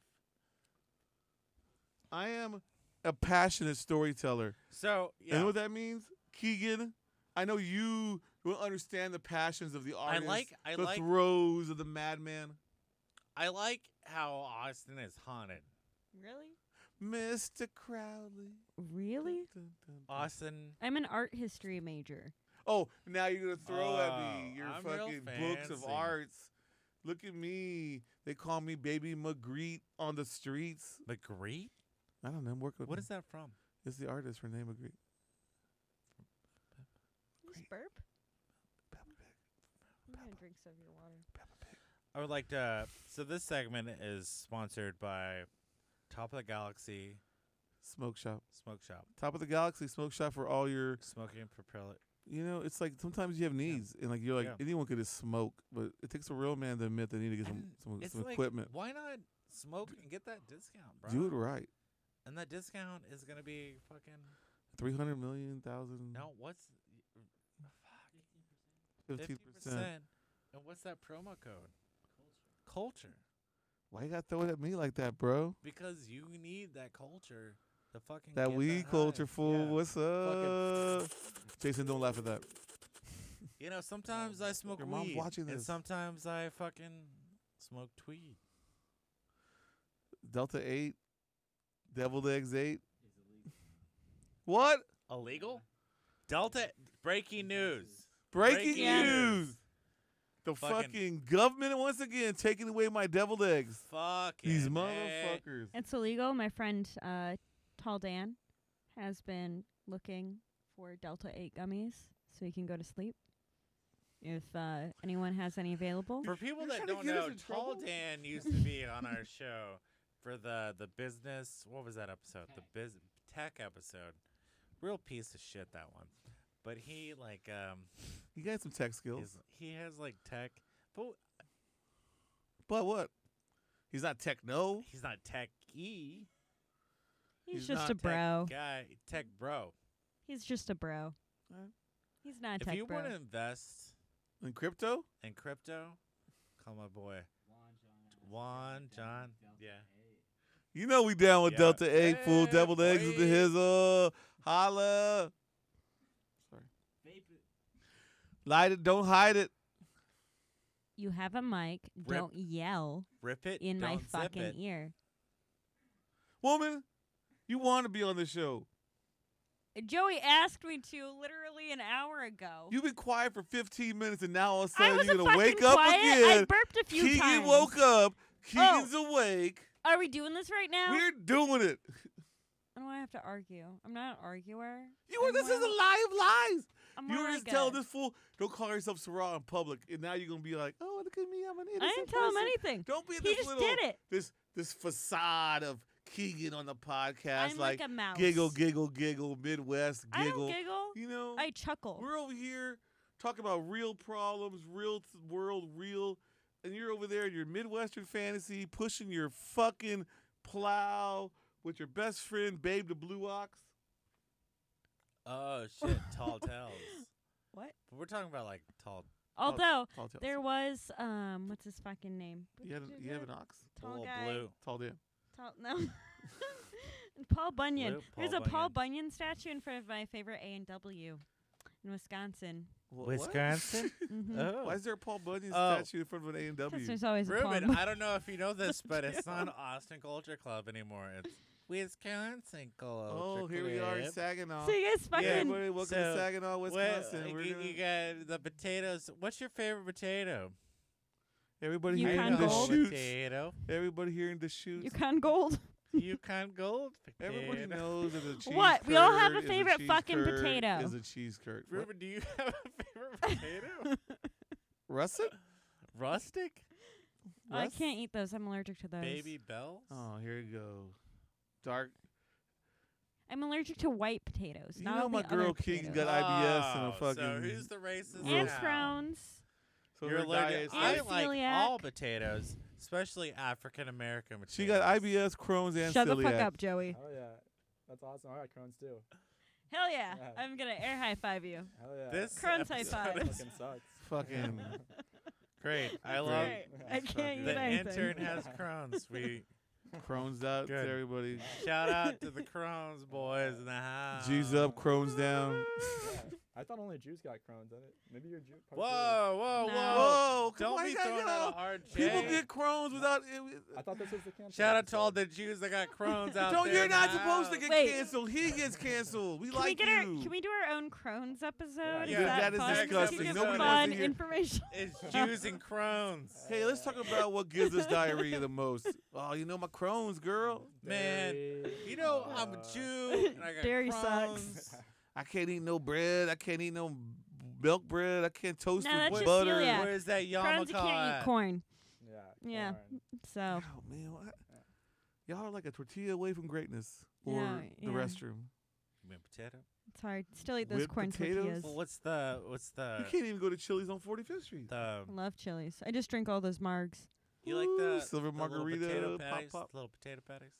C: I am a passionate storyteller.
B: So,
C: You
B: yeah.
C: know what that means? Keegan, I know you will understand the passions of the
B: I
C: audience.
B: like, I
C: the
B: like,
C: throes of the madman.
B: I like how Austin is haunted.
D: Really?
C: Mr. Crowley.
D: Really?
C: Dun, dun, dun.
B: Austin
D: I'm an art history major.
C: Oh, now you're gonna throw at me
B: Oh,
C: your
B: I'm real
C: fucking books of
B: fancy.
C: arts. Look at me. They call me Baby Magritte on the streets.
B: McGree?
C: I don't know. I'm working with
B: What
C: him.
B: is that from?
C: It's the artist Renee Magritte.
D: You
C: Great.
D: burp?
C: Peppa Pig.
D: I'm gonna drink some of your water.
C: Peppa Pig.
B: I would like to. So this segment is sponsored by Top of the Galaxy
C: Smoke shop.
B: Smoke Shop.
C: Top of the Galaxy Smoke Shop for all your.
B: Smoking propeller.
C: You know, it's like sometimes you have needs, and like you're like
B: Yeah.
C: anyone could just smoke, but it takes a real man to admit they need to get some
B: And
C: some,
B: It's
C: some
B: like,
C: equipment.
B: Why not smoke and get that discount, bro?
C: Do it right.
B: And that discount is gonna be fucking.
C: Three hundred million thousand.
B: No, what's
C: fifteen
B: fifty
C: percent.
B: percent? And what's that promo code? Culture.
C: Why you got to throw it at me like that, bro?
B: Because you need that culture to fucking
C: That
B: get
C: weed
B: high.
C: culture fool.
B: Yeah.
C: What's up?
B: Fucking-
C: Jason, don't laugh at that.
B: You know, sometimes I smoke
C: Your
B: weed.
C: mom's watching
B: And
C: this.
B: sometimes I fucking smoke tweed.
C: Delta Eight, Deviled Eggs Eight. What?
B: Illegal? Delta breaking news.
C: Breaking
B: Breaking
C: news.
B: news.
C: The fucking,
B: Fucking-
C: government once again taking away my deviled eggs.
B: Fuck
C: These motherfuckers.
D: It's illegal. My friend uh, Tall Dan has been looking for Delta 8 gummies so he can go to sleep. If uh, anyone has any available,
B: For people
C: You're
B: that
C: trying to
B: don't
C: get us
B: know,
C: in
B: Tall
C: trouble?
B: Dan used to be on our show for the the business. What was that episode? The biz tech episode. Real piece of shit that one. But he like um
C: You got some tech
B: is,
C: skills.
B: he has like tech, but
C: But what? He's not techno.
B: he's not techy
D: he's,
C: he's
D: just
C: not
D: a
C: tech
D: bro.
B: guy. Tech bro.
D: He's just a bro.
C: Alright.
D: He's not a
B: if
D: tech
B: you
D: bro.
B: want to invest
C: In crypto?
B: in crypto, call my boy Juan John. Yeah.
C: You know we down with
B: Yeah.
C: Delta Egg, fool.
B: Yeah,
C: Deviled eggs with the
B: boy.
C: hizzle. Holla. Sorry. Light it. Don't hide it.
D: You have a mic.
B: Rip
D: Don't yell
B: Rip it
D: in my
B: don't zip
D: fucking e-
B: it.
D: ear.
C: Woman, you want to be on the show.
D: Joey asked me to literally an hour ago.
C: You've been quiet for 15 minutes, and now all of a
D: I
C: sudden
D: was
C: you're
D: a
C: going to
D: fucking
C: wake up
D: quiet. I
C: again.
D: burped a few
C: Keegan
D: times.
C: woke up. Keegan's awake.
D: Are we doing this right now?
C: We're doing it.
D: I don't want to have to argue. I'm not an arguer.
C: You were,
D: I'm
C: this is a
D: one-
C: lie of lies.
D: I'm
C: You
D: one
C: were
D: of
C: just
D: the
C: telling
D: guys.
C: this fool, don't call yourself Sarah in public, and now you're gonna be like, oh, look at me, I'm an innocent
D: I didn't tell him
C: person.
D: anything.
C: Don't be
D: He
C: this
D: just
C: little
D: did it.
C: this this facade of Keegan on the podcast,
D: I'm like, a mouse.
C: giggle, giggle, giggle, Midwest
D: I don't
C: giggle.
D: giggle.
C: You know,
D: I chuckle.
C: we're over here talking about real problems, real th- world, real, and you're over there in your Midwestern fantasy pushing your fucking plow with your best friend, Babe the Blue Ox.
B: Oh shit, tall tales.
D: What?
B: But we're talking about like tall
D: Although
C: Tall tales.
D: there was um, what's his fucking name?
C: you have, an, you have an ox?
D: tall
B: little
D: guy.
B: blue.
C: Tall Dan.
D: Tall, no. And Paul Bunyan.
B: Blue
D: There's
B: Paul
D: a Paul Bunyan statue in front of my favorite A and W in Wisconsin.
C: Wha- what?
B: Wisconsin?
D: Mm-hmm.
C: Why
B: Oh.
C: is there a Paul Bunyan
B: Oh.
C: statue in front of an A and W?
D: there's always a Paul
B: Ruben,
D: Bunyan.
B: I don't know if you know this, but it's not Austin Culture Club anymore. It's Wisconsin Culture Club.
C: Oh, here we are in Saginaw.
D: So you guys
B: Yeah,
C: Hey,
D: fucking
C: everybody, welcome to
B: So,
C: Saginaw,
B: What-
C: Wisconsin.
B: like,
C: We're
B: you,
C: gonna-
B: you got the potatoes. What's your favorite potato?
C: everybody
D: You
C: here
D: Yukon
C: in
D: kinda
C: the
D: Gold.
C: shoots.
B: potato.
C: Everybody here in the shoots.
D: Yukon Gold.
B: Yukon Gold potato.
C: Everybody knows that a cheese
D: What? We all have
C: curd
D: a
C: is
D: favorite
C: cheese
D: fucking
C: curd
D: potato.
C: Is a cheese curd. What?
B: Ruben, do you have a favorite potato?
C: Russet?
B: Rustic?
D: I
C: Russ?
D: can't eat those. I'm allergic to those.
B: Baby bells?
C: Oh, here you go. Dark.
D: I'm allergic to white potatoes.
C: You
D: not
C: know
D: all
C: my
D: the other
C: girl Keegan
D: potatoes.
C: got IBS and a
B: Oh, So
C: fucking-
B: who's the racist?
D: and
C: Gross.
B: now?
D: Crohn's.
C: So
B: You're
C: her
B: allergic.
C: diet's
D: And
B: I
C: like-
B: like
D: celiac.
B: all potatoes, especially African American potatoes.
C: she got IBS, Crohn's, and
D: Shut the
C: celiac.
D: fuck up, Joey.
E: Hell yeah. That's awesome. I got Crohn's too.
D: Hell yeah.
E: Yeah.
D: I'm going to air high five you.
E: Hell yeah.
B: This
D: Crohn's high
B: episode
D: five.
B: is
E: fucking sucks.
C: Fucking.
B: great. I
C: Great.
B: love
D: Great.
E: Yeah,
D: I
E: fuck
D: can't
E: it.
D: eat
B: the
D: anything.
B: intern has Crohn's. We
C: Crohn's out to
B: Good.
C: everybody.
B: shout out to the Crohn's boys in the house.
C: G's up, Crohn's down.
E: Yeah. I thought only Jews got Crohn's, didn't it? Maybe you're Jew.
B: Whoa,
E: part Jewish.
B: whoa,
D: No.
B: whoa!
C: Whoa, come
B: Don't
C: on,
B: be
C: you gotta
B: throwing
C: get
B: out
C: off.
B: RJ.
C: People get Crohn's without.
E: I thought this was the campaign.
B: Shout out to all
E: episode.
B: the Jews that got Crohn's out
C: Don't,
B: there.
C: you're
B: in
C: not
B: the
C: supposed to
B: house.
C: get
D: Wait.
C: canceled. He gets canceled. We
D: Can we
C: like
D: get
C: you.
D: our? Can we do our own Crohn's episode?
E: Yeah,
C: that is
D: fun?
B: disgusting.
D: Keep it
B: Nobody
C: wants
D: fun
C: to hear-
D: information.
B: It's Jews and Crohn's.
C: Hey, let's talk about what gives us diarrhea the most. Oh, you know my Crohn's, girl.
B: Man,
E: Dairy,
B: You know I'm a
E: uh,
B: Jew. And I got
D: Dairy sucks.
B: Crohn's.
C: I can't eat no bread. I can't eat no milk bread. I can't toast
D: No,
C: with
D: that's just
C: butter.
D: celiac. Yeah.
B: Where's that
D: Crohn's, you can't
B: yarmulke?
D: eat corn.
E: Yeah.
D: Yeah.
E: corn.
D: So
C: Oh man, what? y'all are like a tortilla away from greatness or
D: Yeah,
C: the
D: yeah.
C: restroom.
B: You mean potato?
D: it's hard. Still eat those
C: Whipped
D: corn
C: potatoes?
D: tortillas.
B: Well, what's the what's
C: you
B: the
C: can't even go to Chili's on 45th Street.
B: the
D: I love chilies. I just drink all those margs.
B: you like
C: Ooh,
B: the
C: silver
B: the little potato
C: margarita, pop,
B: patties,
C: pop.
B: little potato patties,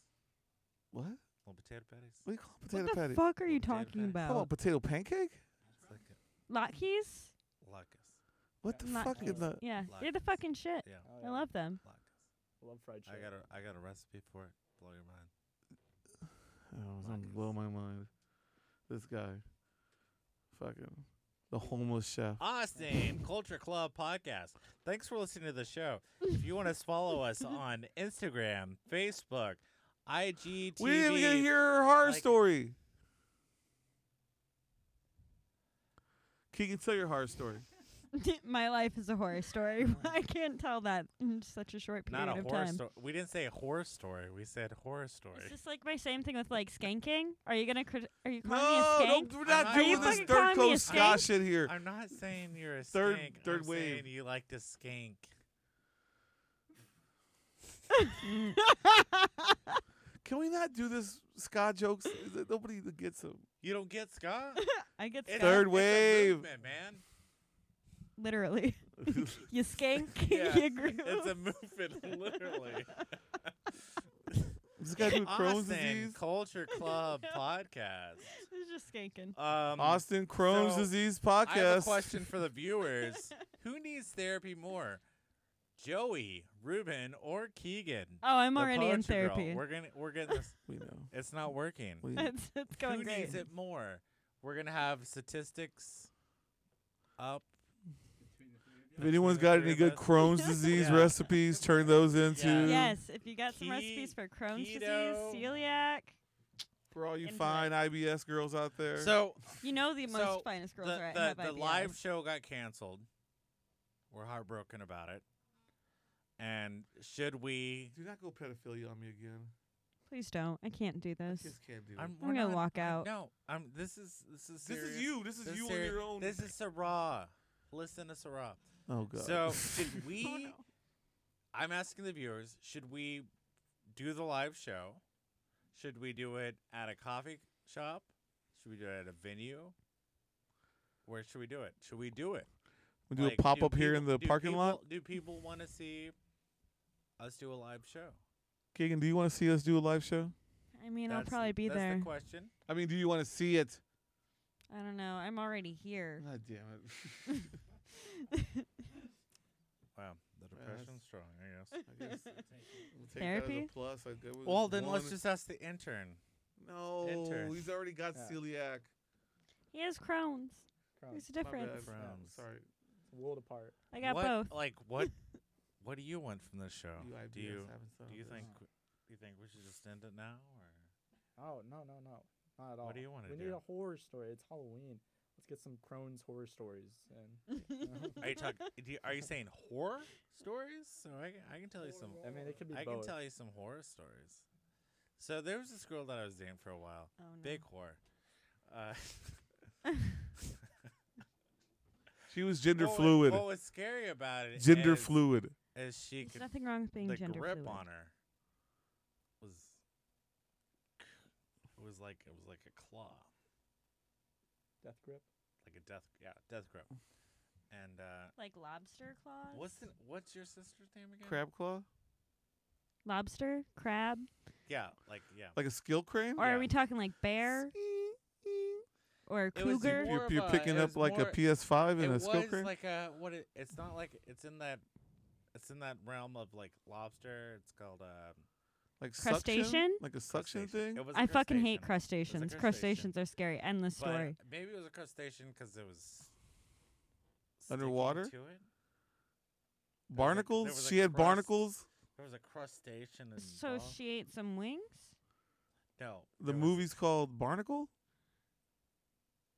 C: What?
B: little potato patties.
C: What do you call it?
D: What
C: potato
D: the
C: patty?
D: fuck are you
B: Potato
D: talking
B: patty.
C: Come on,
D: about?
C: potato pancake?
B: It's like a
D: Lockies?
B: lacus.
C: What the
E: Not
C: fuck in
E: cute.
C: the?
D: Yeah, they're
B: Lockies.
D: the fucking shit.
B: Yeah,
E: Oh,
D: I
E: yeah.
D: love them.
B: lacus.
E: Love fried shit.
B: I got a I got a recipe for it. Blow your mind.
C: Oh, it's gonna
B: Lacus.
C: blow my mind. This guy, fucking the homeless chef.
B: Austin Culture Club podcast. Thanks for listening to the show. If you want to follow us on Instagram, Facebook, IGTV,
C: We didn't even get to hear her horror
B: like-
C: story. Keegan, tell your horror story.
D: My life is a horror story. I can't tell that in such a short period
B: Not a
D: of
B: horror
D: time.
B: story. We didn't say horror story. We said horror story.
D: It's just like my same thing with like skanking. Are you gonna crit- are you calling
C: No,
D: me a skank?
C: don't, we're not
B: not
C: doing
B: even- Are you
C: this
D: fucking
C: third
D: calling me a
C: coast ska
D: skank?
C: shit here.
B: I'm not saying you're a
C: Third-
B: skink. I'm
C: third wave.
B: saying you like to skink.
C: Can we not do this ska jokes? Is it- Nobody gets them.
B: You don't get Scott.
D: I get
B: It's-
D: scared,
C: Third
B: it's a
C: wave.
B: movement, man.
D: literally. you skank.
B: Yeah,
D: you groove.
B: It's a movement, literally.
C: This guy with Crohn's
B: Austin
C: disease.
B: Culture Club podcast.
D: It's just skanking.
B: Um,
C: Austin Crohn's
B: so,
C: disease
B: I have a
C: podcast.
B: question for the viewers: Who needs therapy more, Joey, Ruben, or Keegan?
D: Oh, I'm
B: The
D: already in
B: poetry girl.
D: therapy.
B: We're gonna we're getting this.
C: We know.
B: It's not working.
C: We know.
D: It's, it's going
B: Who
D: great.
B: needs it more? We're gonna have statistics up.
C: If anyone's got any good Crohn's disease
B: Yeah.
C: recipes, turn those into
B: Yeah.
D: Yes, if you got some
B: Ke-
D: recipes for Crohn's
B: keto.
D: disease, celiac,
C: for all you
D: Into it.
C: fine IBS girls out there.
B: So
D: you know the most
B: So,
D: finest girls
B: the,
D: are at
B: the,
D: have
B: the
D: IBS.
B: live show got canceled. We're heartbroken about it. And should we?
C: do not go pedophilia on me again.
D: Please don't. I can't do this.
C: Just can't do it.
B: I'm,
D: I'm
B: we're
D: gonna
B: not-
D: walk
B: I-
D: out.
B: No, I'm. This is this is
C: this
B: serious.
C: is you. This is
B: This
C: you on
B: seri-
C: your own.
B: This is Sarah. Listen to Sarah.
C: oh god.
B: So should we?
D: Oh, no.
B: I'm asking the viewers: Should we do the live show? Should we do it at a coffee shop? Should we do it at a venue? Where should we do it? Should we do it?
C: we do
B: Like,
C: a pop up here in
B: people-
C: the
B: do
C: parking lot.
B: people- Do people want to see us do a live show?
C: Keegan, do you want to see us do a live show?
D: I mean, I'll
B: That's the-
D: probably be
B: that's
D: there.
B: the question.
C: I mean, do you want to see it?
D: I don't know. I'm already here.
C: God damn it.
B: Wow, the depression's strong, I guess.
C: I guess we'll take That
D: Therapy?
C: as a plus. I go with
B: Well, then let's
C: one.
B: just ask the intern.
C: No,
B: enter.
C: he's already got
E: Yeah.
C: celiac.
D: He has Crohn's. There's a
E: Crohn's.
C: Oh, My
D: difference.
C: bad.
B: Friends.
C: I'm sorry.
E: World apart.
D: I got
B: what,
D: both.
B: Like what? what do you want from this show?
C: You IBS
B: Oh, do you
C: haven't thought
B: do
C: of
B: you
C: this.
B: think do you think we should just end it now? Or?
E: Oh no no no, not at all.
B: What do you wanna
E: We
B: do?
E: need a horror story. It's Halloween. Let's get some Crohn's horror stories. And
B: Are you talk, do you, Are you saying horror stories? So I, can- I can tell you some.
E: I mean, it could be
B: I can
E: both.
B: tell you some horror stories. So there was this girl that I was dating for a while.
D: oh, no.
B: Big whore. Uh,
C: She was gender
B: what was-
C: fluid.
B: What was scary about it?
C: gender
B: is-
C: fluid.
B: Is she
D: There's
B: could
D: nothing wrong with being
B: the
D: gender
B: grip
D: fluid.
B: on her was it was like it was like a claw,
E: death grip.
B: like a death yeah death grip, and uh,
D: Like lobster claws?
B: what's the, what's your sister's name again?
C: Crab claw?
D: lobster? Crab?
B: Yeah, like yeah.
C: Like a skill crane?
D: Or
B: Yeah.
D: are we talking like bear
C: e,
D: or
B: It was
D: cougar?
B: more
C: You're,
B: of
C: you're
B: a-
C: picking
B: it
C: up
B: was
C: like a
B: more-
C: PS5
B: it
C: and a
B: was
C: skill crane?
B: like a what? It, it's not like it's in that it's in that realm of like lobster. It's called um,
C: like suction?
D: Crustacean?
C: Like a suction
B: crustacean.
C: thing?
B: It was a
D: I fucking hate
B: crustacean.
D: crustaceans.
B: crustacean.
D: Crustaceans are scary. Endless
B: But
D: story.
B: maybe it was a crustacean because it was sticking
C: Underwater?
B: To it.
C: barnacles?
B: there was a
C: she had
B: crust.
C: barnacles?
B: There was a crustacean.
D: So
B: involved.
D: she ate some wings?
B: No.
C: The
B: there was-
C: movie's called Barnacle?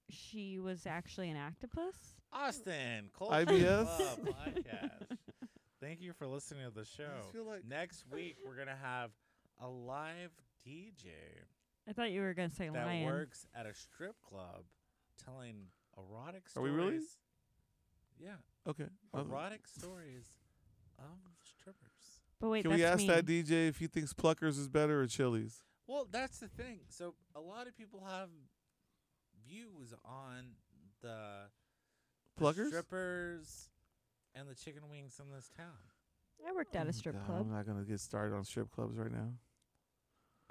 D: She was actually an octopus?
B: Austin Culture
C: IBS?
B: Club podcast. Thank you for listening to the show.
C: feel like-
B: Next week we're gonna have a live DJ
D: I thought you were going to say
B: that
D: lion.
B: works at a strip club, telling erotic
C: Are
B: stories.
C: we really?
B: Yeah,
C: Okay. Uh,
B: erotic stories of strippers.
D: But wait,
C: Can
D: that's
C: we ask
D: me.
C: that DJ if he thinks Pluckers is better or Chili's?
B: Well, that's the thing. So a lot of people have views on the the
C: Pluckers?
B: strippers, and the chicken wings in this town.
D: I worked at a strip
C: God,
D: club.
C: I'm not gonna get started on strip clubs right now.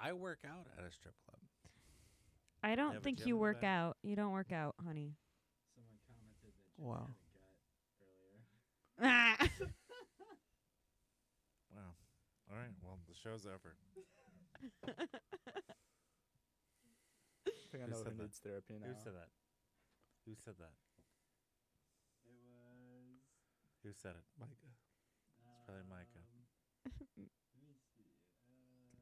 B: I work out at a strip club.
D: I
B: have a
D: don't think
B: gym
D: you
B: in the
D: work
B: back.
D: out. You don't work out, honey.
C: Wow.
B: Wow. All right. Well, the show's over.
E: I think I
B: Who
E: know
B: said
E: who
B: that?
E: needs therapy now.
B: Who said that? Who said that? It was. Who said it? It's probably Micah.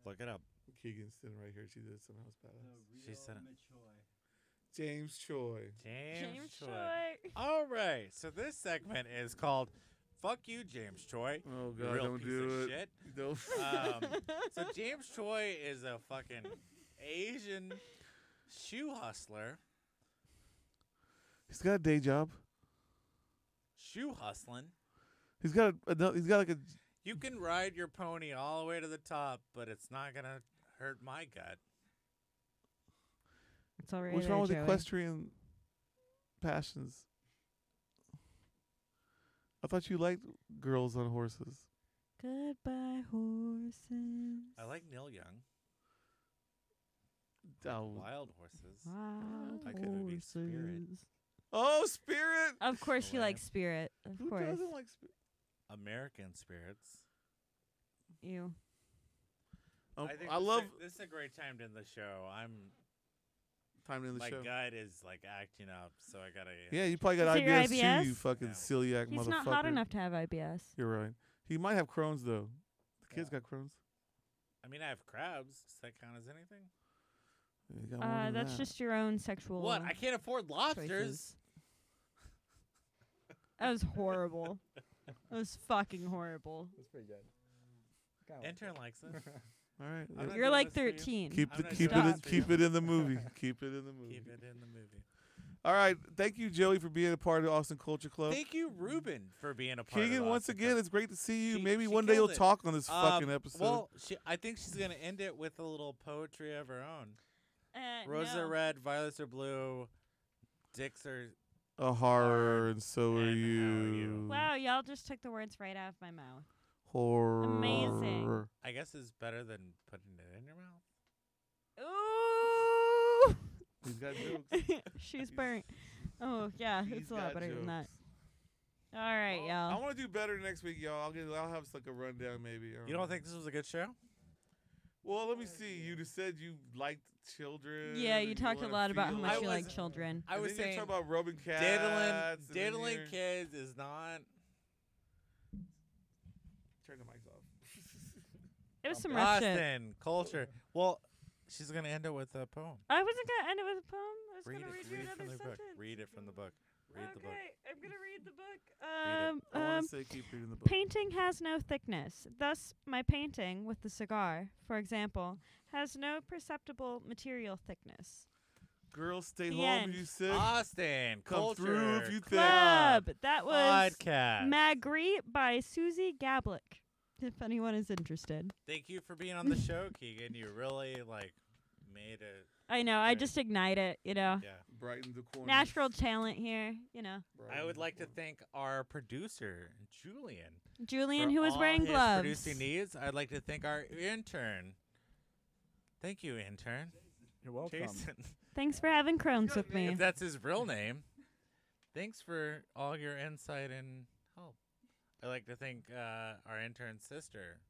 B: Look it up.
C: Keegan's sitting right here. She did something else badass.
B: She said it.
C: James Choi.
B: James,
D: James
B: Choi.
D: Choi.
B: All right. So this segment is called "Fuck You, James Choi."
C: Oh God,
B: Real
C: don't
B: piece
C: do
B: of shit.
C: it. Don't.
B: Um, so James Choi is a fucking Asian shoe hustler.
C: He's got a day job.
B: Shoe hustling.
C: He's got a. no, He's got like a.
B: You can ride your pony all the way to the top, but it's not gonna hurt my gut.
D: It's all right.
C: What's
D: there,
C: wrong with
D: Joey.
C: equestrian passions? I thought you liked girls on horses.
D: Goodbye, horses.
B: I like Neil Young,
C: Oh,
B: Wild Horses.
D: Wild
B: I could be
D: horses.
B: Spirit.
C: oh Spirit.
D: Of course, you
B: Lamb.
D: like Spirit. Of
C: Who
D: course,
C: doesn't like Spirit?
B: American Spirits.
D: you.
C: Um,
B: think
C: I
B: this is a-
C: love
B: this is a great time to end the show. I'm
C: time in the
B: my
C: show.
B: gut is like acting up, so I gotta
C: Yeah, you probably got
D: Is it your
C: IBS, too, you
D: IBS?
C: fucking
B: No.
C: celiac
D: He's
C: motherfucker.
D: not hot enough to have IBS.
C: You're right. He might have Crohn's though. The kid's
B: Yeah.
C: got Crohn's.
B: I mean, I have crabs. Does that count as anything?
C: You got more
D: Uh,
C: than
D: that's
C: that.
D: just your own sexual.
B: What? I can't afford lobsters.
D: choices. That was horrible. that was fucking horrible.
E: That's pretty good. Kinda like
B: Intern likes it.
C: all right.
B: I'm
C: yeah.
B: not
D: You're like
B: doing this for you.
D: 13.
C: Keep
B: I'm
C: the
B: not
C: keep
D: doing
C: it in,
B: this for
C: keep
B: you.
C: it in the movie. keep it in the movie.
B: Keep it in the movie.
C: All right. Thank you, Joey, for being a part of Austin Culture Club.
B: Thank you, Ruben, for being a part.
C: Keegan,
B: of
C: once
B: Austin
C: again,
B: Cult.
C: it's great to see you.
B: She-
C: Maybe
B: she
C: one day you'll
B: killed it.
C: talk on this
B: Um,
C: fucking episode.
B: Well, she, I think she's gonna end it with a little poetry of her own.
D: Uh,
B: Roses
D: no.
B: are red, violets are blue, dicks are.
C: a horror, and so
B: and
C: are
B: how are
C: you.
B: you.
D: Wow, y'all just took the words right out of my mouth.
C: Horror.
D: Amazing.
B: I guess is better than putting it in your mouth.
D: Ooh.
C: He's got jokes.
D: She's burnt. Oh yeah, it's
C: He's
D: a lot
C: got
D: better than that.
C: jokes.
D: All right,
C: I
D: y'all.
C: want to do better next week, y'all. I'll get. I'll have like a rundown, maybe. I
B: You don't
C: know.
B: think this was a good show?
C: Well, let me see. You just said you liked children.
D: Yeah,
C: and
D: you talked a
C: wanna
D: lot about how
C: feel
D: much
B: I
D: you
B: was-
D: like children.
B: I
C: And
B: was
C: then you
B: saying
C: talk about rubbing cats.
B: diddling,
C: and then
B: diddling
C: you're-
B: kids is not.
C: Turn the mics off.
D: It was some rough shit.
B: Austin culture. Well, she's gonna end it with a poem.
D: I wasn't gonna end it with a poem. I was
B: Read it.
D: gonna read you
B: Read it
D: another
B: from the book.
D: sentence.
B: Read it from the book. Read the book.
D: Okay, I'm gonna read the book.
B: Read it.
D: Um,
C: I want
D: um,
C: to say keep reading the book.
D: Painting has no thickness. Thus, my painting with the cigar, for example, has no perceptible material thickness.
C: Girls, stay
D: The
C: home
D: end.
C: if you sick.
B: Ah. Austin
C: Come
B: culture.
C: through if you think.
D: Club. That was
B: podcast.
D: Magritte by Susie Gablick. If anyone is interested,
B: Thank you for being on the show, Keegan. You really like made it.
D: I know. I
B: Right.
D: just ignite it. You know,
B: Yeah.
C: Brighten the corner.
D: natural talent here. You know,
B: I would like to thank our producer, Julian.
D: Julian,
B: for
D: who was
B: all
D: wearing
B: his
D: gloves.
B: Producing needs. I'd like to thank our intern. Thank you, intern.
E: You're welcome.
B: Jason.
D: Thanks for having Crohn's with me.
B: if that's his real name. Thanks for all your insight and help. I'd like to thank uh, our intern sister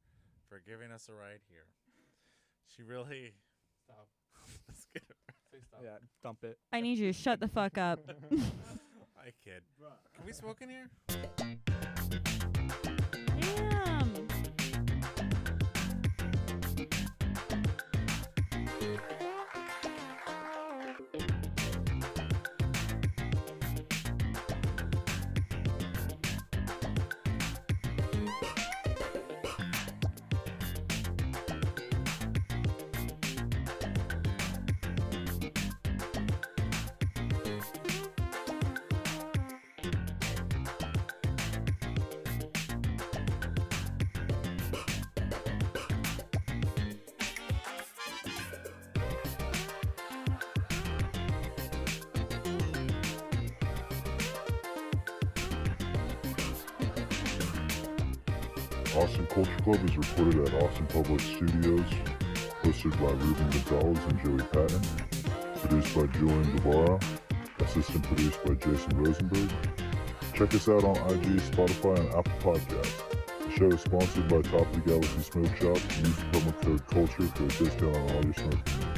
B: for giving us a ride here. She really.
C: Stop.
B: Let's get
E: Yeah, dump it.
D: I need you to shut the fuck up.
B: I kid. Can we smoke in here?
D: Damn.
F: Austin Culture Club is recorded at Austin Public Studios, hosted by Ruben Gonzalez and Joey Patton, produced by Julian Guevara, assistant produced by Jason Rosenberg. Check us out on IG, Spotify, and Apple Podcasts. The show is sponsored by Top of the Galaxy Smoke Shop. Use promo code CULTURE for a discount on all your smoking needs.